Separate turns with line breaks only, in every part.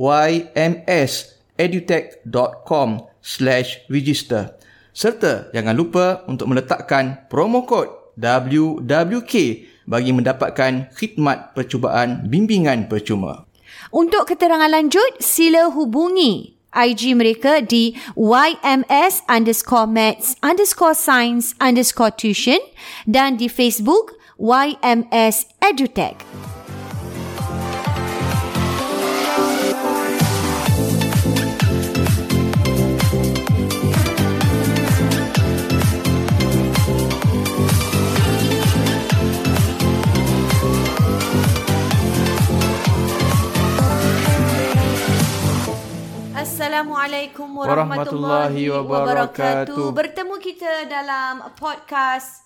ymsedutech.com slash register serta jangan lupa untuk meletakkan promo kod WWK bagi mendapatkan khidmat percubaan bimbingan percuma.
Untuk keterangan lanjut, sila hubungi IG mereka di YMS underscore maths underscore science underscore tuition dan di Facebook YMS Edutech. Assalamualaikum warahmatullahi,
Warahmatullahi wabarakatuh.
wabarakatuh. Bertemu kita dalam podcast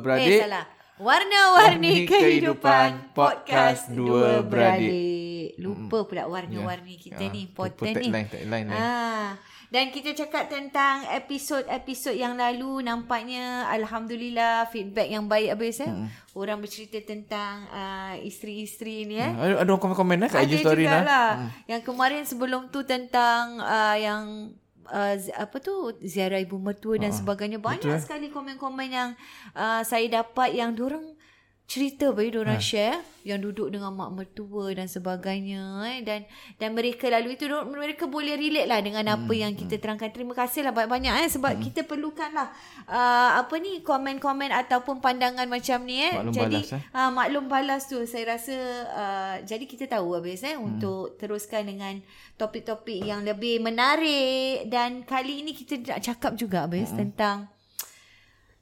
Eh
beradik.
salah. Warna-warni
Warni
kehidupan podcast
Kehidupan Podcast
dua
Dua
beradik. Lupa pula warna-warni kita
Ya,
ni
lupa
important ni.
tagline, tagline ni.
Ah. Dan kita cakap tentang episod-episod yang lalu nampaknya alhamdulillah feedback yang baik habis eh. Orang bercerita tentang uh, isteri-isteri ni eh.
Ada, ada orang komen-komen lah kat
Ada
IG story
juga
lah.
lah. Yang kemarin sebelum tu tentang uh, yang uh, zi- apa tu ziarah ibu mertua dan sebagainya banyak
betul, eh.
sekali komen-komen yang uh, saya dapat yang dorang cerita bagi
Ah.
dorang share yang duduk dengan mak mertua dan sebagainya eh dan dan mereka lalu itu dorang- mereka boleh relate lah dengan apa
Hmm,
yang kita terangkan terima kasih lah banyak-banyak eh sebab kita perlukan lah uh, apa ni komen-komen ataupun pandangan macam ni eh
Maklum
jadi
balas, eh.
Ah, maklum balas tu saya rasa uh, jadi kita tahu habis eh
Hmm.
untuk teruskan dengan topik-topik yang lebih menarik dan kali ini kita nak cakap juga habis hmm. tentang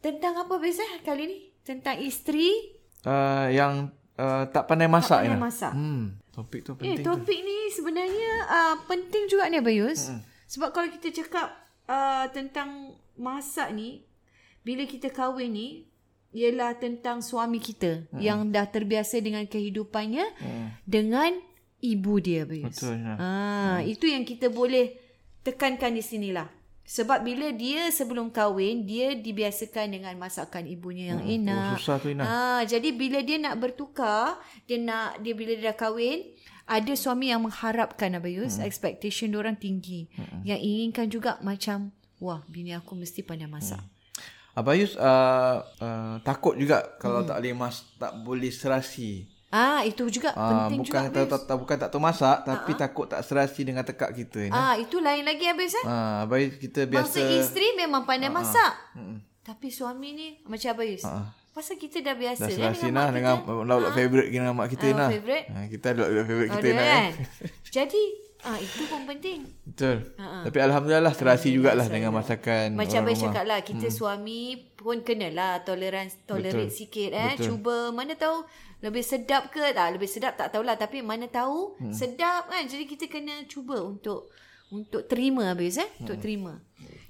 tentang apa habis eh kali ni tentang isteri
Uh, yang uh, tak pandai masak
pandai
ni.
masak.
Hmm, topik tu
eh
penting.
topik ni sebenarnya uh, penting juga ni Bayus hmm. sebab kalau kita cakap uh, tentang masak ni bila kita kahwin ni ialah tentang suami kita hmm. yang dah terbiasa dengan kehidupannya
Hmm,
dengan ibu dia Bayus.
betul.
Ah,
Ya.
hmm. itu yang kita boleh tekankan di sinilah. Sebab bila dia sebelum kahwin, dia dibiasakan dengan masakan ibunya yang hmm. enak.
Oh, susah tu Ina.
Ah, jadi bila dia nak bertukar, dia nak dia bila dia dah kahwin, ada suami yang mengharapkan Abayus, hmm. expectation orang tinggi. Hmm. Yang inginkan juga macam wah, bini aku mesti pandai masak. Hmm.
Abang Yus uh, uh, takut juga kalau
Hmm.
tak boleh mas tak boleh serasi.
Ah, itu juga
Uh,
penting
Hmm. bukan
juga.
tak, tak, tak, bukan tak tahu masak tapi takut tak serasi dengan tekak kita ni.
Ah, itu lain lagi Abayus eh.
Ah, abang Yus kita biasa Ah, Hmm.
Bangsa isteri memang pandai masak. Tapi suami ni macam apa Yus? Pasal kita dah biasa
dah
kan
serasi
dengan
nah
mak
dengan
kita.
lauk-lauk favourite kita mak kita
Ah,
nah.
favourite.
Ha, kita ada lauk-lauk favourite kita
Ada
nah.
kan? Jadi ah itu pun penting.
Betul.
Ah,
Tapi alhamdulillah serasi jugalah dengan
Macam
masakan orang
Abang
rumah.
cakap lah Kita hmm. suami pun kenalah Tolerance Tolerate
Betul.
sikit eh Betul.
Betul.
Cuba mana tahu Lebih sedap ke tak Lebih sedap tak tahulah Tapi mana tahu
Mm.
hmm. Sedap kan Jadi kita kena cuba untuk Untuk terima habis eh Untuk
Mm.
terima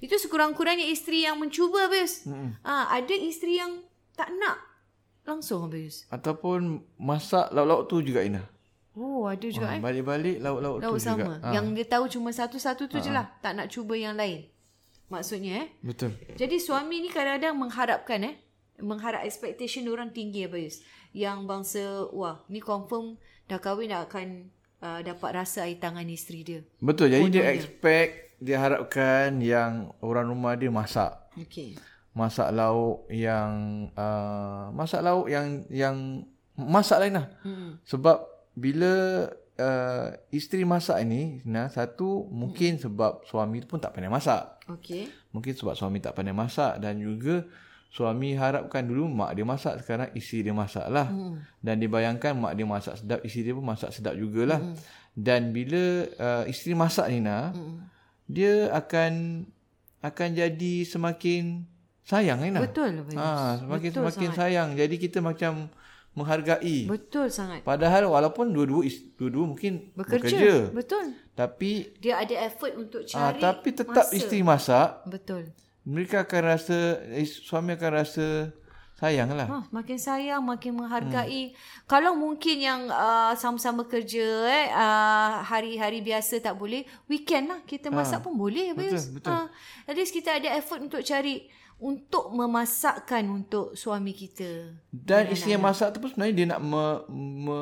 Itu sekurang-kurangnya Isteri yang mencuba habis hmm. ha, Ada isteri yang Tak nak Langsung habis
Ataupun masak lauk-lauk tu juga Ina.
Oh ada juga
Ha,
eh
balik-balik lauk-lauk tu
Tahu
juga. Ah.
sama Yang dia tahu cuma satu-satu tu je lah Tak nak cuba yang lain Maksudnya eh
Betul.
Jadi suami ni kadang-kadang mengharapkan eh mengharap expectation orang tinggi apa Yus. Yang bangsa wah ni confirm dah kahwin dah akan uh, dapat rasa air tangan isteri dia.
Betul. Jadi dia
Bodohnya.
expect dia harapkan yang orang rumah dia masak.
Okey.
masak lauk yang uh, masak lauk yang yang masak lain lah.
Hmm.
Sebab bila uh, isteri masak ni, nah satu mungkin sebab suami tu pun tak pandai masak.
Okey.
Mungkin sebab suami tak pandai masak dan juga suami harapkan dulu mak dia masak sekarang isteri dia masak lah. Hmm. Dan dibayangkan mak dia masak sedap, isteri dia pun masak sedap jugalah. Hmm. Dan bila uh, isteri masak ni nah, hmm. dia akan akan jadi semakin sayang Ha, ni nah.
Betul lah Bayus.
Ah, semakin semakin sayang. Jadi kita macam menghargai.
Betul sangat.
Padahal walaupun dua-dua is- dua-dua mungkin
Bekerja.
bekerja,
Betul.
tapi
Dia ada effort untuk
ah,
cari.
tapi tetap
masa.
isteri masak,
Betul.
mereka akan rasa eh, suami akan rasa sayanglah.
Ah, makin sayang, makin menghargai. Hmm. Kalau mungkin yang uh, sama-sama kerja eh uh, hari-hari biasa tak boleh, weekend lah kita masak pun boleh
Betul,
Fiz.
betul.
Ah, at least kita ada effort untuk cari untuk memasakkan untuk suami kita.
Dan isteri yang masak tu pun sebenarnya dia nak me, me,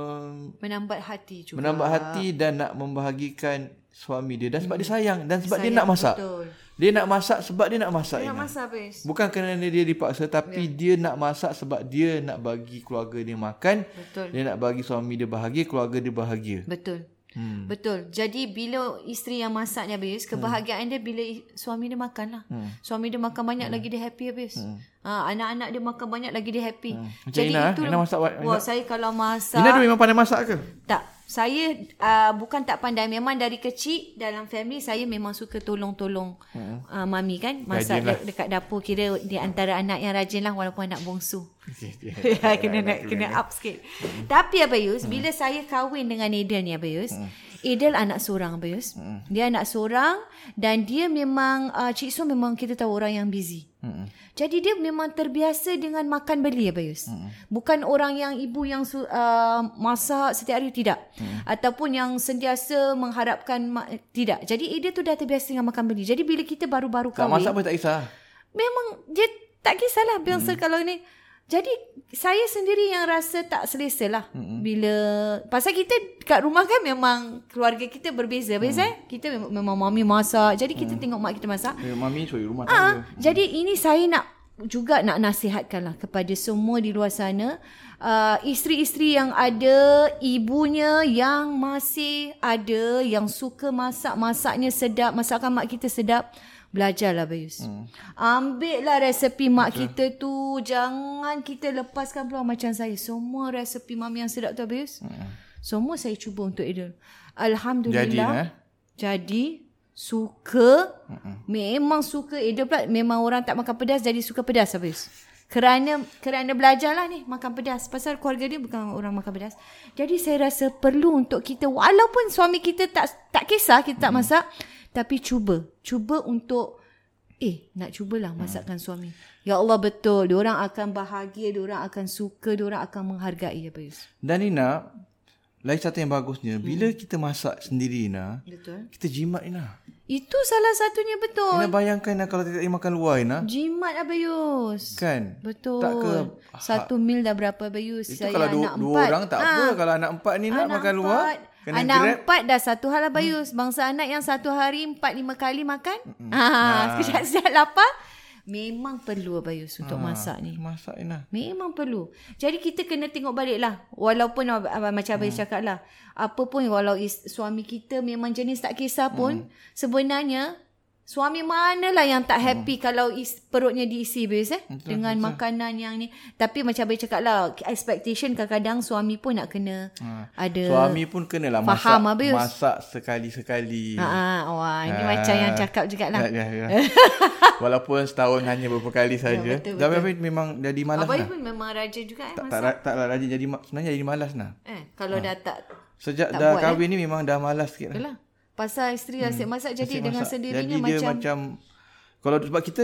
Menambat hati juga.
menambah hati dan nak membahagikan suami dia dan sebab dia sayang dan sebab dia
Hmm. Sayang,
nak masak.
Betul.
Dia nak masak sebab dia nak masak.
Dia nak
Ina.
masak habis.
Bukan kerana dia dipaksa tapi
Ya.
dia nak masak sebab dia nak bagi keluarga dia makan,
Betul.
dia nak bagi suami dia bahagia, keluarga dia bahagia.
Betul. Hmm. Betul. Jadi bila isteri yang masak ni habis, kebahagiaan dia bila i- suami dia makan lah. Hmm. Suami dia makan banyak lagi dia happy habis. Hmm. Ha, anak-anak dia makan banyak lagi dia happy. Hmm.
Macam Ina, eh? Ina masak buat-
Wah, saya kalau masak
Ina dia memang pandai masak ke?
tak. Saya uh, bukan tak pandai. Memang dari kecil dalam family saya memang suka tolong-tolong uh, mami kan. Masak
Hmm. Rajin lah.
de- dekat dapur kira di antara anak yang rajin lah walaupun anak bongsu.
Okey, okey.
Ya, kena naik, kena up sikit. Tapi Abang Yus, bila saya kahwin dengan Adel ni Abang Yus, Adel anak seorang Abang Yus. Dia anak seorang dan dia memang, uh, Cik Su memang kita tahu orang yang busy. Jadi dia memang terbiasa dengan makan beli Abang Yus. Bukan orang yang ibu yang su- uh, masak setiap hari, tidak. Ataupun yang sentiasa mengharapkan, ma- tidak. Jadi Adel tu dah terbiasa dengan makan beli. Jadi bila kita baru-baru
Tak
kahwin,
masak pun tak kisah.
memang dia tak kisahlah Beyonce hmm. kalau ni. Jadi saya sendiri yang rasa tak selesa lah hmm. bila pasal kita kat rumah kan memang keluarga kita berbeza beza eh. Kita mem- memang mami masak. Jadi kita tengok mak kita masak.
Eh, Mami cuy rumah
Ah,
tangga.
jadi ini saya nak juga nak nasihatkanlah kepada semua di luar sana uh, isteri-isteri yang ada ibunya yang masih ada yang suka masak masaknya sedap masakan mak kita sedap belajarlah Bayus. Hmm. Ambillah resepi mak Betul. kita tu jangan kita lepaskan peluang macam saya semua resepi mami yang sedap tu Bayus. Hmm. Semua saya cuba untuk Idul. Alhamdulillah.
Jadi eh.
Jadi suka Mm-mm. memang suka Ada pula memang orang tak makan pedas jadi suka pedas habis. Kerana kerana belajarlah ni makan pedas pasal keluarga dia bukan orang makan pedas. Jadi saya rasa perlu untuk kita walaupun suami kita tak tak kisah kita tak masak tapi cuba cuba untuk eh nak cubalah masakkan suami. Ya Allah betul, diorang akan bahagia, diorang akan suka, diorang akan menghargai apa Yus.
Dan Ina, lagi satu yang bagusnya, bila
Hmm.
kita masak sendiri Ina,
Betul.
kita jimat Ina.
Itu salah satunya betul.
Ina bayangkan Ina kalau kita makan luar Ina,
Jimat apa Yus.
kan?
Betul.
Tak ke? Ah.
Satu mil dah berapa bayus?
Itu kalau dua,
anak
dua
empat. Ah,
orang tak apa. Kalau anak empat ni nak
Anak
makan luar,
empat.
kena
anak
grab.
empat dah satu hal lah bayus. Bangsa anak yang satu hari empat lima kali makan. Ha,
Ah.
sekejap-sekejap lapar. Memang perlu bayus untuk
Ah.
masak ni.
Masak Ina.
Memang perlu. Jadi kita kena tengok balik lah. Walaupun ab- ab- macam Abang hmm. cakap lah. Apa pun walau is, suami kita memang jenis tak kisah pun. Hmm. Sebenarnya suami manalah yang tak happy hmm. kalau is, perutnya diisi habis eh. Betul, dengan betul. makanan yang ni. Tapi macam Abang cakap lah. Expectation kadang-kadang suami pun nak kena hmm. ada.
Suami pun kenalah masak.
Faham, Abis.
Masak
Ah,
sekali-sekali.
ah, wah ini macam yang cakap juga lah.
Ya, ya, ya. Walaupun setahun hanya beberapa kali saja.
Ya, betul,
Tapi Abang memang jadi malas
Abang
lah.
pun memang raja juga eh.
Tak,
Mas.
tak, ra- taklah rajin jadi ma- sebenarnya jadi malas lah.
eh kalau dah tak
Sejak
Tak
dah
buat, eh?
kahwin ni memang dah malas sikit lah.
Yalah. Pasal isteri asyik masak jadi
Asyik
dengan
masak.
sendirinya
Jadi dia
macam,
macam, kalau sebab kita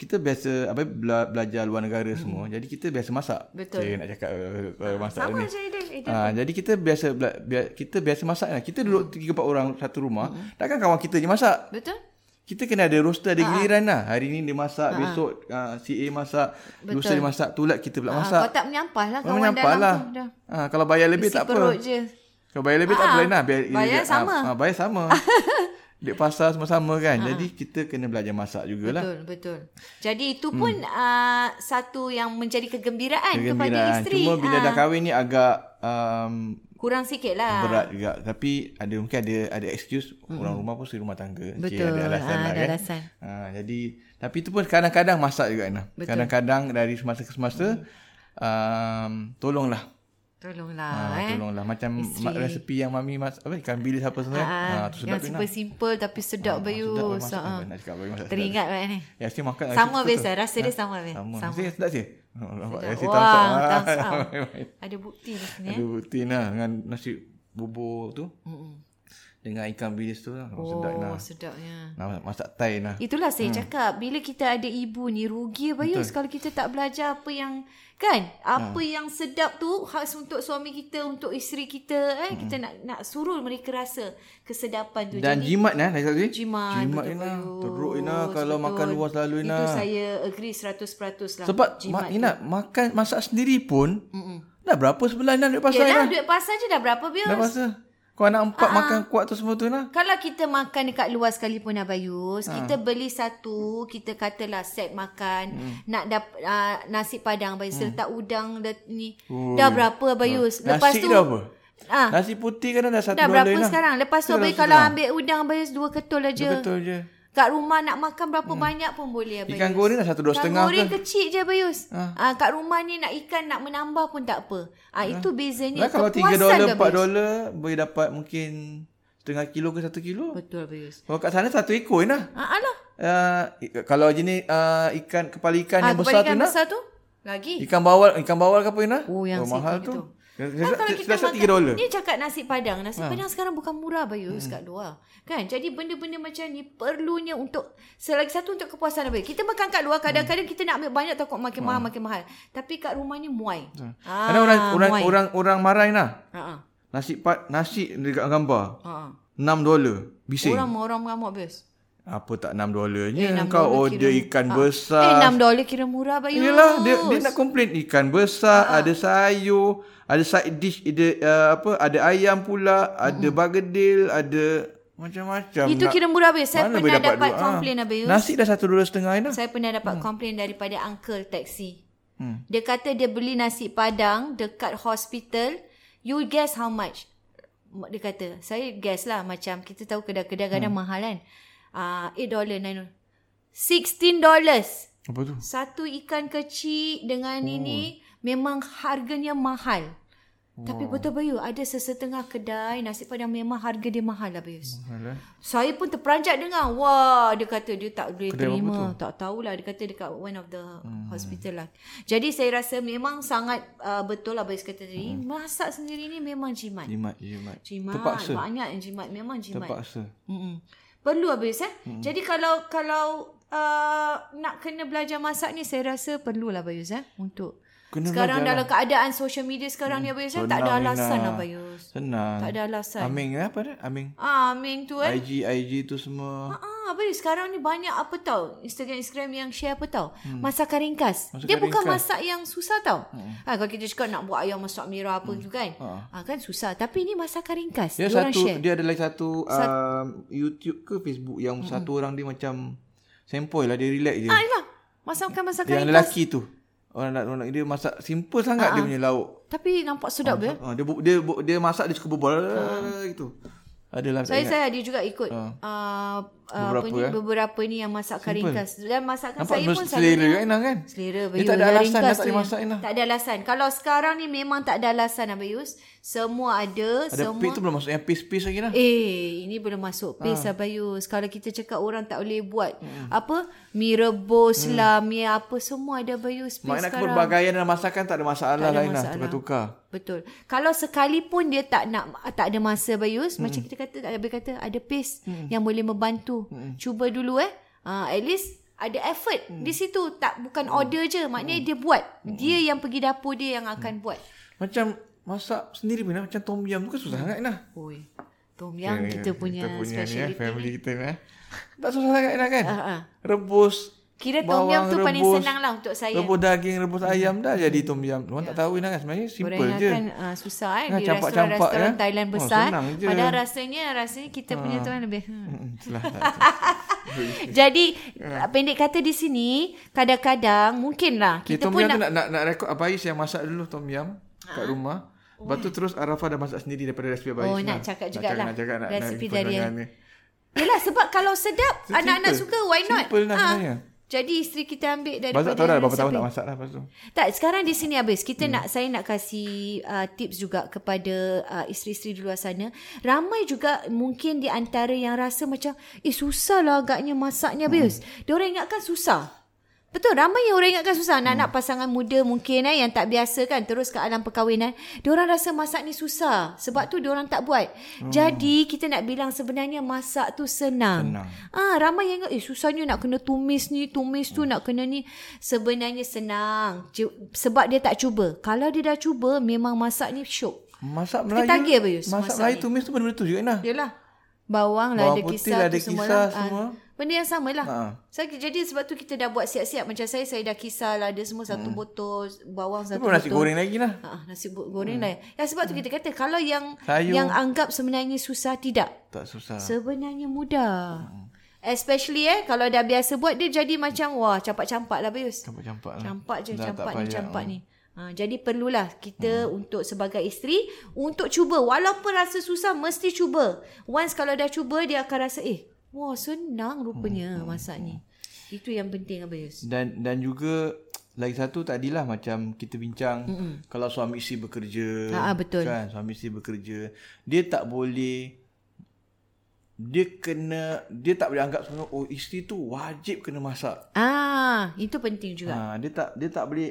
kita biasa apa bela, belajar luar negara hmm. semua. Jadi kita biasa masak.
Betul. Ah,
Saya nak cakap uh, uh, masak
sama
ni.
macam Aiden. Aiden.
Ha, jadi kita biasa bela, bia, kita biasa masak lah. Kita
Hmm.
duduk tiga empat orang satu rumah, takkan kawan kita je masak.
Betul?
Kita kena ada roster,
Ah,
ada giliran lah. Hari ni dia masak, besok uh, si A masak, lusa dia masak, tulat kita pula
Masak.
masak.
Kau tak menyampah lah Ah. kawan
Menyampah
dalam
lah.
tu. Dah.
Ha, kalau bayar lebih
Isi
tak apa.
perut je.
Kalau bayar lebih tak
Ah,
boleh lah. Biar,
bayar
ah,
sama. Ah.
ah, bayar sama. Dek pasar sama-sama kan. Jadi kita kena belajar masak jugalah.
Betul, betul. Jadi itu
Hmm.
pun uh, satu yang menjadi kegembiraan, kepada
Kegembiraan.
isteri.
Cuma bila
Ah,
dah kahwin ni agak um,
kurang sikit lah.
berat juga. Tapi ada mungkin ada ada excuse orang rumah pun suri rumah tangga. Cik,
Hmm. Betul.
ada alasan
Ah,
lah
ada
kan.
alasan.
Ah, jadi tapi itu pun kadang-kadang masak juga Ana. Kadang-kadang dari semasa ke
Hmm.
semasa um, tolonglah.
Tolonglah
Ah,
eh.
tolonglah macam ma- resepi yang mami mas apa ikan bilis apa semua.
Ah,
Ah, tu
yang
sedap Ina.
super simple tapi sedap
Sedap
bayu.
masak.
Ah,
Nak cakap apa masak.
Teringat banget ni.
Ya, saya makan
Sama biasa, rasa dia sama. Bel.
Sama.
Sama.
Saya sedap je. Oh, nampak kasi thumbs up.
Wah, thumbs up.
Baik-baik.
Ada bukti di sini eh.
Ada rutin lah dengan nasi bubur tu.
Mm-mm.
Dengan ikan bilis tu lah. Oh,
Oh,
sedap lah.
sedapnya.
Nak masak- masak Thai lah.
Itulah saya hmm. cakap bila kita ada ibu ni rugi apa Yus kalau kita tak belajar apa yang kan apa
Hmm.
ha. yang sedap tu khas untuk suami kita untuk isteri kita eh kita nak nak suruh mereka rasa kesedapan tu
Hmm. Dan jimat lah. Lagi satu.
jimat
Jimat lah,
betul,
Ina.
Yus.
Teruk Ina kalau
Betul.
makan luar selalu Ina.
Itu saya agree 100% lah
lah. Sebab ma- Ina makan masak sendiri pun. Dah berapa sebulan Ina duit pasar
Yelah
Ina?
duit pasar je Ya, dah berapa biar
Dah pasar. lah? Kau anak
Ah,
empat makan kuat tu semua tu lah. Ina.
Kalau kita makan dekat luar sekalipun Abayus, ha. kita beli satu, kita katalah set makan, hmm. nak dap, uh, nasi padang Abayus, hmm. letak udang dah, ni.
Ui. Ha.
Dah berapa Abayus? Lepas
Nasi
tu
dah apa?
Ah,
Nasi putih kan dah satu
dah
dolar
berapa
Ina.
sekarang? Lepas tu Abayus kalau ambil udang Abayus dua ketul aja.
Betul je.
Kat rumah nak makan berapa hmm. banyak pun boleh Abayus.
Ikan goreng dah satu dolar
Ikan
setengah
goreng
ke?
kecil je Abayus. Ha. Ah, kat rumah ni nak ikan nak menambah pun tak apa. Ah, itu bezanya
Lah kalau 3
kepuasan
dolar,
tu,
4
Abayus.
dolar boleh dapat mungkin setengah kilo ke satu kilo.
Betul Abayus.
Kalau kat sana satu ekor je lah.
Ah, alah.
Uh, kalau jenis uh, ikan kepala ikan
Ah,
yang besar tu
ikan
nak
besar tu lagi.
ikan bawal ikan bawal ke apa nak
Oh, yang situ
mahal
gitu.
tu.
Kan kalau kita
Rasa
makan,
3 dolar.
ni cakap nasi padang. Nasi ha. padang sekarang bukan murah Bayus hmm. kat luar. Kan? Jadi benda-benda macam ni perlunya untuk, selagi satu untuk kepuasan Bayus. Kita makan kat luar kadang-kadang
Hmm.
kita nak ambil banyak takut makin mahal, makin mahal. Tapi kat rumah ni muai. Ah,
Karena Ha. orang orang
muai.
orang orang marah nak
Ha, ha.
nasi pat nasi dekat gambar
Ha, ha.
6 dolar. Bising.
Orang orang mengamuk Bayus.
Apa tak 6
Eh,
dolarnya?
enam
Kau
dolar
order
kira-
ikan
Ah.
besar.
Eh, 6 dolar kira murah Bayus.
Yelah dia dia nak komplain ikan besar,
Ah.
ada sayur, ada side dish, ada uh, apa, ada ayam pula, ada bagedil, ada macam-macam.
Itu
nak.
kira murah Bayus. Saya
Mana boleh
pernah dapat
duit? Ah.
komplain Bayus.
Nasi dah satu dolar setengah dah.
Saya pernah dapat hmm. komplain daripada uncle taksi.
Hmm.
Hmm. Dia kata dia beli nasi padang dekat hospital. You guess how much? Mak Dia kata, saya guess lah macam kita tahu kedai-kedai kadang hmm. mahal kan. Uh, $8, $9. $16.
Apa tu?
Satu ikan kecil dengan oh. ini memang harganya mahal. Tapi betul Bayu, ada sesetengah kedai nasi padang memang harga dia mahal lah Bayus.
Alah.
Saya pun terperanjat dengar. Wah, dia kata dia tak boleh
Kedai apa
terima. Tak tahulah. Dia kata dekat one of the hmm. hospital lah. Jadi saya rasa memang sangat uh, betul lah Bayus kata tadi. Hmm. Masak sendiri ni memang jimat.
Jimat, jimat.
Jimat.
Terpaksa.
Banyak yang jimat. Memang jimat.
Terpaksa.
Mm-mm. Perlu Bayus eh. Hmm. Jadi kalau kalau uh, nak kena belajar masak ni saya rasa perlulah Bayus eh. Untuk
Kena
sekarang
belajar lah. Hmm.
dalam keadaan social media sekarang ni Bayus eh. Tak
Senang,
ada alasan
Ina.
lah Bayus.
Senang.
Tak ada alasan.
Aming eh, apa dia? Aming.
Ah, Ming tu eh.
IG, IG tu semua.
Ah, apa ni sekarang ni banyak apa tau Instagram Instagram yang share apa tau hmm. masakan ringkas. Masakan dia
Masakan
bukan
ringkas.
masak yang susah tau. Hmm. Ha, kalau kita cakap nak buat ayam masak merah apa hmm. tu kan.
Ha.
Ha. kan susah tapi ni masakan ringkas.
Dia
Dia orang
satu
share.
dia ada lagi satu um, YouTube ke Facebook yang satu orang dia macam sempoi lah dia relax je.
Ah, yalah. Masakan masakan
Yang
ringkas.
lelaki tu. Orang nak orang nak- dia masak simple sangat
Ah.
dia punya lauk.
Tapi nampak sedap ya? be.
Ha, dia, bu- dia bu- dia masak dia suka berbual
Ah.
ha. gitu. Adalah
Saya
ingat. Ah.
saya ada juga ikut uh, uh, apa
Beberapa,
ni
eh.
beberapa ni yang masakan ringkas dan masakan
nampak
saya pun
selera kan Inang kan?
Selera
Dia
Abayus.
tak ada
Yang ringkas
alasan dah
tu
tak boleh
yang-
masak Inang.
Tak ada alasan. Kalau sekarang ni memang tak ada alasan Abayus. Semua ada,
Ada
semua
pig tu belum masuk yang paste-paste lagi lah.
Eh, ini belum
Ah.
masuk pace ha. Abayus. Kalau kita cakap orang tak boleh buat hmm. apa mi rebus hmm. lah, mi apa semua ada Abayus pace
Maknanya
sekarang.
kepelbagaian dalam masakan tak ada masalah
Tak ada
lah Inang.
masalah.
Tukar-tukar.
Betul. Kalau sekalipun dia tak nak tak ada masa Bayus, hmm. macam kita kata tak ada kata ada pace hmm. yang boleh membantu. Hmm. Cuba dulu eh. Ha, at least ada effort hmm. di situ tak bukan
Hmm.
order je maknanya dia buat dia yang pergi dapur dia yang
Hmm.
akan buat
Macam masak sendiri pun Inang. Macam tom yum tu kan susah sangat Inang.
oi tom yum kita punya,
kita punya ni, eh,
speciality
family kita ni. Eh. Tak susah sangat Inang kan?
Ha, ha.
Rebus.
Kira tom yum
bawang
tu paling
rebus,
senang lah untuk saya.
Rebus daging, rebus ayam dah jadi tom yum.
Ya.
Orang tak tahu Inang kan sebenarnya simple
Gorengan
je.
kan uh, susah eh
Nah,
di
campak-campak,
restoran-restoran
eh.
Thailand
Oh,
besar.
senang je.
padahal rasanya rasanya kita punya tu kan lebih. Hmm.
Hmm, Itulah.
Jadi
Ah.
ah, pendek kata di sini kadang-kadang mungkinlah
Kita
kita
tom
pun
yum
nak Ah.
tu nak, nak, nak rekod Abais yang masak dulu tom yum kat rumah. Lepas tu terus Arafah dah masak sendiri daripada resipi Abais.
Oh,
ni
nak
lah.
cakap
Nak
jugalah
Nak cakap, nak,
resipi
nak
dari-
perkongsian ni.
Yelah sebab kalau sedap
Simple.
anak-anak suka why not? Ah.
Simple lah sebenarnya.
Jadi isteri kita ambil
Abang
daripada
tak tahu dah berapa tahun
resepi.
nak masak lah lepas tu.
Tak, sekarang di sini habis. Kita hmm. nak saya nak kasih uh, tips juga kepada uh, isteri-isteri di luar sana. Ramai juga mungkin di antara yang rasa macam eh susah lah agaknya masaknya habis. Hmm. Diorang ingatkan susah. Betul, ramai yang orang ingatkan susah. Anak-anak pasangan muda mungkin eh, yang tak biasa kan terus ke alam perkahwinan. Diorang rasa masak ni susah. Sebab tu diorang tak buat.
Hmm.
Jadi, kita nak bilang sebenarnya masak tu senang.
Senang.
Ah, ramai yang ingat, eh susahnya nak kena tumis ni, tumis tu,
Hmm.
nak kena ni. Sebenarnya senang. Ju- Sebab dia tak cuba. Kalau dia dah cuba, memang masak ni syok.
Masak Melayu.
tagih apa, Yus, masak
Masak Melayu
ni?
tumis tu benda-benda tu juga lah. nah.
Yalah. Bawang lah
Bawang
ada
putih
kisah
lah
tu
ada
semua
kisah
lah. Ah,
semua.
Benda yang sama lah.
Ha.
Saya jadi sebab tu kita dah buat siap-siap macam saya saya dah kisah lah ada semua satu botol bawang satu
Itu pun Hmm. nasi
botol.
goreng lagi lah.
Ah, nasi bo- goreng lah. Ya sebab tu kita kata kalau yang
Sayur.
yang anggap sebenarnya susah tidak. Ah.
Tak susah.
Sebenarnya mudah. Especially eh kalau dah biasa buat dia jadi macam wah campak-campak lah Bayus.
Campak-campak lah.
Campak je,
Dah tak
campak ni,
payah.
campak ni. Ha, jadi perlulah kita hmm. untuk sebagai isteri untuk cuba walaupun rasa susah mesti cuba. Once kalau dah cuba dia akan rasa eh wah senang rupanya hmm. masak ni. Itu yang penting Abayus.
Dan dan juga lagi satu tadilah macam kita bincang mm kalau suami isteri bekerja.
Ha, ha, betul.
Kan suami isteri bekerja, dia tak boleh dia kena dia tak boleh anggap sebenarnya oh isteri tu wajib kena masak.
Ah, itu penting juga.
Ha, dia tak dia tak boleh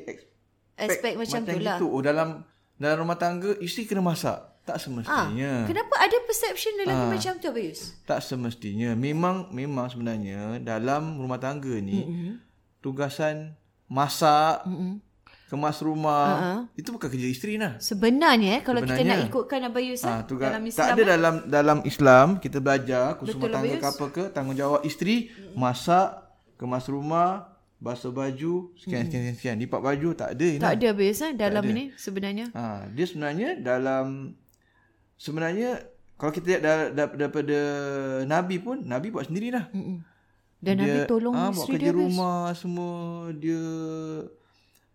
Aspek macam, tu lah.
Itu. Oh dalam dalam rumah tangga isteri kena masak. Tak semestinya.
Kenapa ada perception lelaki
Ha.
macam tu Abayus?
Tak semestinya. Memang memang sebenarnya dalam rumah tangga ni mm-hmm. tugasan masak, mm-hmm. kemas rumah, uh-huh. itu bukan kerja isteri lah.
Sebenarnya eh, kalau kita
Sebenarnya.
nak ikutkan Abayus
Ha,
ha,
tugas,
dalam Islam
tak ada dalam dalam Islam kita belajar
Betul
khusus rumah
lah,
tangga
Bayus.
ke apa ke tanggungjawab isteri masak, kemas rumah, basuh baju, sekian sekian sekian, sekian. lipat baju tak ada. Inah.
Tak ada habis eh, dalam ni sebenarnya.
Ha, dia sebenarnya dalam sebenarnya kalau kita lihat dar- dar- daripada Nabi pun Nabi buat lah. sendirilah.
Mm-mm. Dan Nabi tolong
ah, buat
isteri
kerja
dia habis.
rumah semua dia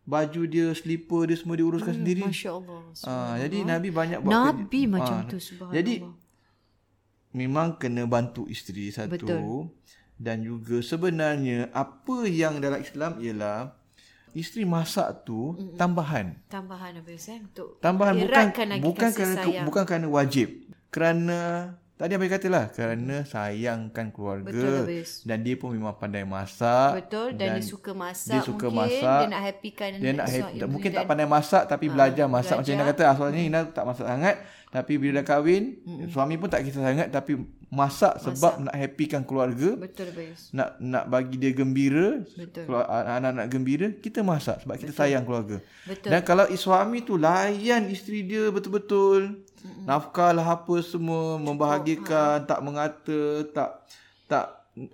baju dia slipper dia semua dia uruskan sendiri.
Masya Allah.
Ah, jadi Nabi banyak buat
Nabi
kerja.
macam
Ah,
tu subhanallah.
Jadi memang kena bantu isteri satu
Betul.
dan juga sebenarnya apa yang dalam Islam ialah isteri masak tu tambahan.
Tambahan habis eh untuk
Tambahan bukan
eratkan lagi
bukan
kasih
kerana
sayang.
bukan kerana wajib. Kerana tadi apa katalah kerana sayangkan
Betul,
keluarga
Hafiz.
dan dia pun memang pandai masak.
Betul dan, dia suka masak
dia suka
mungkin
masak.
dia nak happykan
dia nak
suami
happy,
dia
mungkin
dan-
tak pandai masak tapi belajar masak macam Ina kata asalnya Ina tak masak sangat tapi bila dah kahwin suami pun tak kisah sangat tapi masak, sebab nak happykan keluarga
Betul Bayus.
nak nak bagi dia gembira
Betul.
keluar- ah, anak-anak gembira kita masak sebab kita sayang keluarga
Betul.
dan kalau suami tu layan isteri dia betul-betul nafkah lah apa semua membahagikan tak mengata tak tak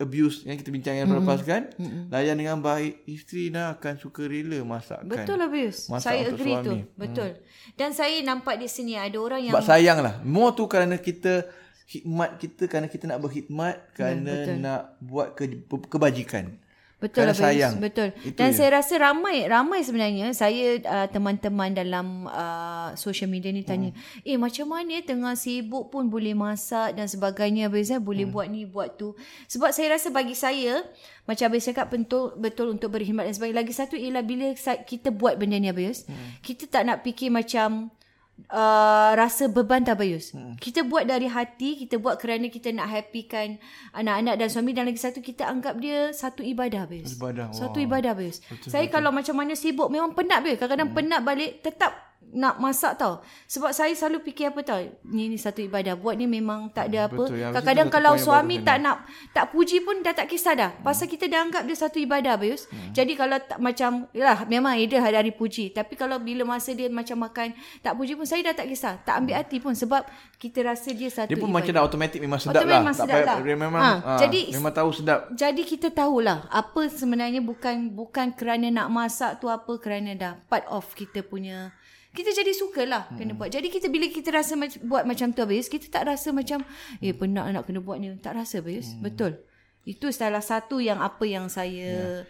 abuse yang kita bincang yang lepas kan layan dengan baik isteri dah akan suka rela masakkan
Betul Abayus.
Kan. Masak
Saya
untuk
agree tu.
suami. Hmm.
Betul. Dan saya nampak di sini ada orang yang
sebab sayang lah more tu kerana kita khidmat kita kerana kita nak berkhidmat kerana nak buat ke, kebajikan
Ya, Betul lah
Kerana
Bayus.
sayang.
Betul.
Itu
Dan
je.
saya rasa ramai ramai sebenarnya saya uh, teman-teman dalam uh, social media ni tanya,
Hmm.
"Eh macam mana tengah sibuk pun boleh masak dan sebagainya Bayus eh
Hmm.
boleh buat ni buat tu." Sebab saya rasa bagi saya macam Bayus cakap betul betul untuk berkhidmat dan sebagainya. Lagi satu ialah bila sa- kita buat benda ni Bayus,
Hmm.
kita tak nak fikir macam uh, rasa beban tak Bayus. Hmm. Kita buat dari hati, kita buat kerana kita nak happykan anak-anak dan suami dan lagi satu kita anggap dia satu ibadah Bayus.
Ibadah,
Satu ibadah Bayus. Betul, saya betul. kalau macam mana sibuk memang penat Bayus. Kadang-kadang hmm. penat balik tetap nak masak tau. Sebab saya selalu fikir apa tau. Ni ni satu ibadah. Buat ni memang tak ada apa.
Hmm, Betul, yang
Kadang-kadang
tu satu
kalau
poin yang
suami
bagus
tak nak tak puji pun dah tak kisah dah. Pasal
Hmm.
kita dah anggap dia satu ibadah Bayus. Jadi kalau tak, macam yalah memang ada hari hari puji. Tapi kalau bila masa dia macam makan tak puji pun saya dah tak kisah. Tak ambil hati pun sebab kita rasa dia satu
Dia pun
ibadah.
macam dah automatik memang sedap
Automatik
lah.
memang
tak
sedap
payah-
lah.
Dia memang
Ha,
ha,
jadi- lah
memang tahu sedap.
Jadi kita tahulah apa sebenarnya bukan bukan kerana nak masak tu apa kerana dah part of kita punya kita jadi sukalah kena
Hmm.
buat. Jadi kita bila kita rasa mac- buat macam tu Abayus, kita tak rasa macam eh penat nak kena buat ni. Tak rasa Abayus.
Hmm.
Betul. Itu salah satu yang apa yang saya
Ya.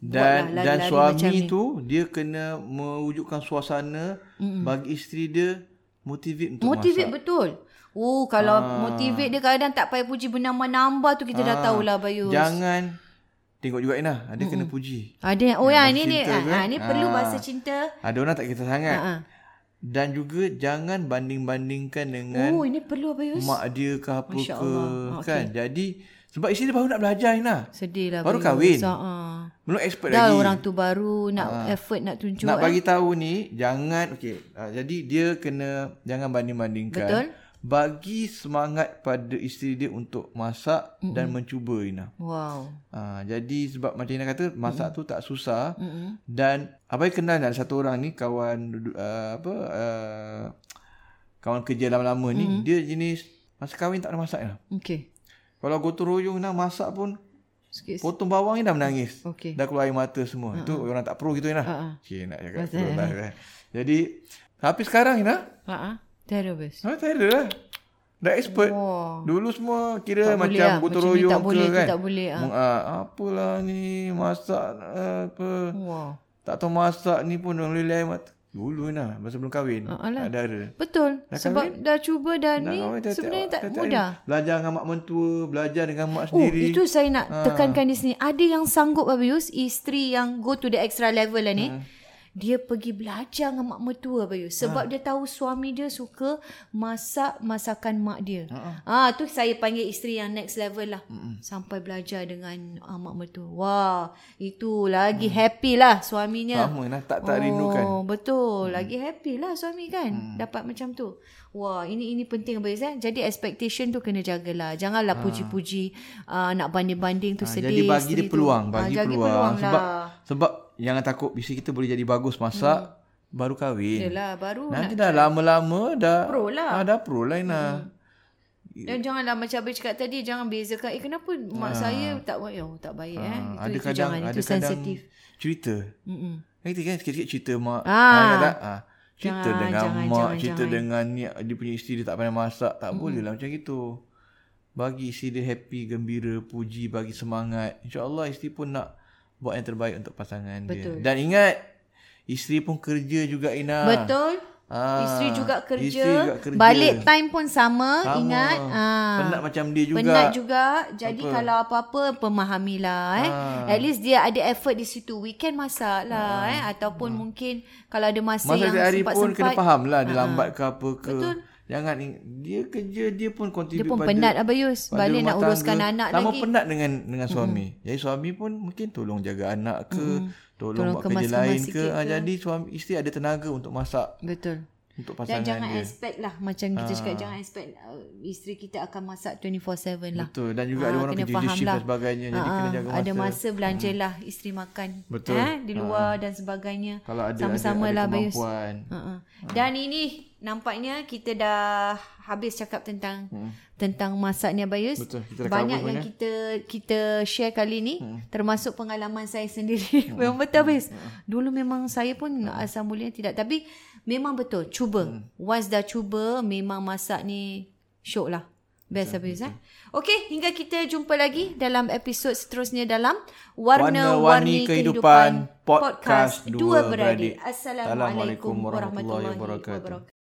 Dan
buatlah
dan
lari-lari macam
suami
ni.
tu dia kena mewujudkan suasana bagi isteri dia motivate untuk
motivate betul. Oh kalau
Ah.
motivate dia kadang tak payah puji bernambah-nambah tu kita dah tahulah Abayus.
masak. Jangan tengok juga Inah, ada kena puji.
Ada oh ya,
bahasa
ni ni
cinta
ah,
kan?
ah, ni perlu
Ah.
bahasa cinta.
Ada orang tak kisah sangat.
Ha.
Dan juga jangan banding-bandingkan dengan
Oh ini perlu Abayus.
Kan? mak dia ke apa
Masya
ke
Allah. Ah,
kan. Jadi sebab isteri dia baru nak belajar Inah.
Sedih lah
Baru
Bayus.
kahwin.
Ha, ha.
belum expert
Dah
lagi. Ah.
orang tu baru nak effort nak tunjuk.
Nak
eh.
bagi tahu ni jangan okey. Uh, jadi dia kena jangan banding-bandingkan.
Betul.
Bagi semangat pada isteri dia untuk masak mm dan mencuba Ina.
Wow.
Ha, jadi sebab macam Ina kata masak mm tu tak susah mm dan abai kenal ada satu orang ni kawan duduk uh, apa uh, kawan kerja lama-lama ni mm dia jenis masa kahwin tak ada masak Ina.
Okey.
Kalau gotong royong Ina masak pun
Sikit.
potong bawang ni dah menangis.
Okey.
Dah keluar air mata semua. Itu orang tak pro gitu Ina.
Eh. Ha-ha.
Okey nak cakap. betul lah, kan. Jadi tapi sekarang Ina,
Ha ah. Terrorist.
ha, tak ada lah. Dah expert.
Wow.
Dulu semua kira
Tak boleh
macam
lah.
gotong
Macam ni
royong
tak boleh,
ke
tu
kan.
tak boleh, ah.
Meng- ah, apalah ni masak ah, apa.
Wow.
Tak tahu masak ni pun orang lelai mata. Dulu lah masa belum kahwin.
Ah, alah.
Tak ada ada.
Betul. Dah sebab kahwin? dah cuba dah,
Dah
ni
kahwin, tak-
sebenarnya tak,
tak- tak-
mudah.
Belajar dengan mak mentua, belajar dengan mak
Oh,
sendiri.
itu saya nak tekankan di sini. Ada yang sanggup Abayus, isteri yang go to the extra level lah ni. Dia pergi belajar dengan mak mertua Abayus sebab dia tahu suami dia suka masak masakan mak dia. Ah tu saya panggil isteri yang next level lah. Sampai belajar dengan uh, mak mertua. Wah, itu lagi happy lah suaminya.
Lama lah, tak, tak rindukan. Hmm.
Oh betul, lagi happy lah suami kan dapat macam tu. Wah, ini ini penting Abayus eh. Jadi expectation tu kena jagalah. Janganlah puji-puji uh, nak banding-banding tu
Ah,
sedih.
Jadi bagi dia
isteri tu.
peluang,
Ah,
bagi,
jagi
peluang. sebab
lah.
sebab jangan takut bisnes kita boleh jadi bagus masak baru kahwin.
Hmm. Yelah, baru
Nanti dah lama-lama dah
Pro lah. Hmm.
Ah, dah pro lah Ina.
Dan janganlah macam Abang cakap tadi Jangan bezakan Eh kenapa mak saya tak baik Oh tak baik eh
Ah,
Itu,
ada
itu
kadang
jangan
ada
Itu
kadang
sensitif
cerita.
Mm-mm.
Kan kita kan sikit-sikit cerita mak.
Ah.
Ah, tak? ah. Cerita
Jangan,
dengan
jangan,
mak,
jangan,
cerita
jangan.
dengan ni dia punya isteri dia tak pandai masak, tak boleh lah macam gitu. Bagi isteri dia happy, gembira, puji, bagi semangat. InsyaAllah isteri pun nak buat yang terbaik untuk pasangan
Betul.
dia. Dan ingat, isteri pun kerja juga Ina.
Betul
Ah,
Isteri juga kerja,
isteri juga kerja.
Balik time pun sama,
Sama.
Ingat ah.
Penat macam dia juga.
Penat juga Jadi apa? kalau apa-apa Pemahamilah eh.
Ha.
At least dia ada effort di situ Weekend masak lah eh. Ataupun mungkin Kalau ada masa,
Ha. Masa
yang
setiap hari pun
sempat-sempat Ah.
kena faham lah dia lambat ke apa ke.
Betul.
Jangan ing- dia kerja dia pun contribute
Dia pun
pada
penat Abayus
pada
Balik nak
rumah
uruskan
tangga.
anak
Sama
lagi
penat dengan dengan suami. Mm-hmm. Jadi suami pun mungkin tolong jaga anak ke, mm-hmm. tolong,
Tolong
buat kerja
kemas-kemas
lain ke.
sikit
Ah, jadi suami isteri ada tenaga untuk masak
Betul
untuk
Dan
pasangan
jangan
dia. Ha.
expect lah Macam kita cakap Jangan expect uh, Isteri kita akan masak 24-7 lah
Betul dan juga
Ah,
ada orang
kena
kerja
faham
day shift
lah.
dan sebagainya. Jadi
Ah,
kena jaga masa.
Ada masa belanjalah hmm. Isteri makan
Betul. Ha.
eh, Di luar dan sebagainya
Kalau ada
Sama-sama
ada, ada
lah Bayus
kemampuan.
Uh-uh.
Ha.
Dan ini nampaknya kita dah habis cakap tentang tentang masak ni Abayus.
Hmm. Betul, kita dah
Banyak
cover Hmm.
yang
sebenarnya.
kita kita share kali ni termasuk pengalaman saya
Hmm.
sendiri. memang betul Abayus. Dulu memang saya pun asam mulia tidak tapi memang betul
Hmm.
cuba. Once dah cuba memang masak ni syok lah. Best Abayus eh. Okey, hingga kita jumpa lagi dalam episod seterusnya dalam Warna-Warni Kehidupan Podcast Dua Beradik. Assalamualaikum warahmatullahi wabarakatuh.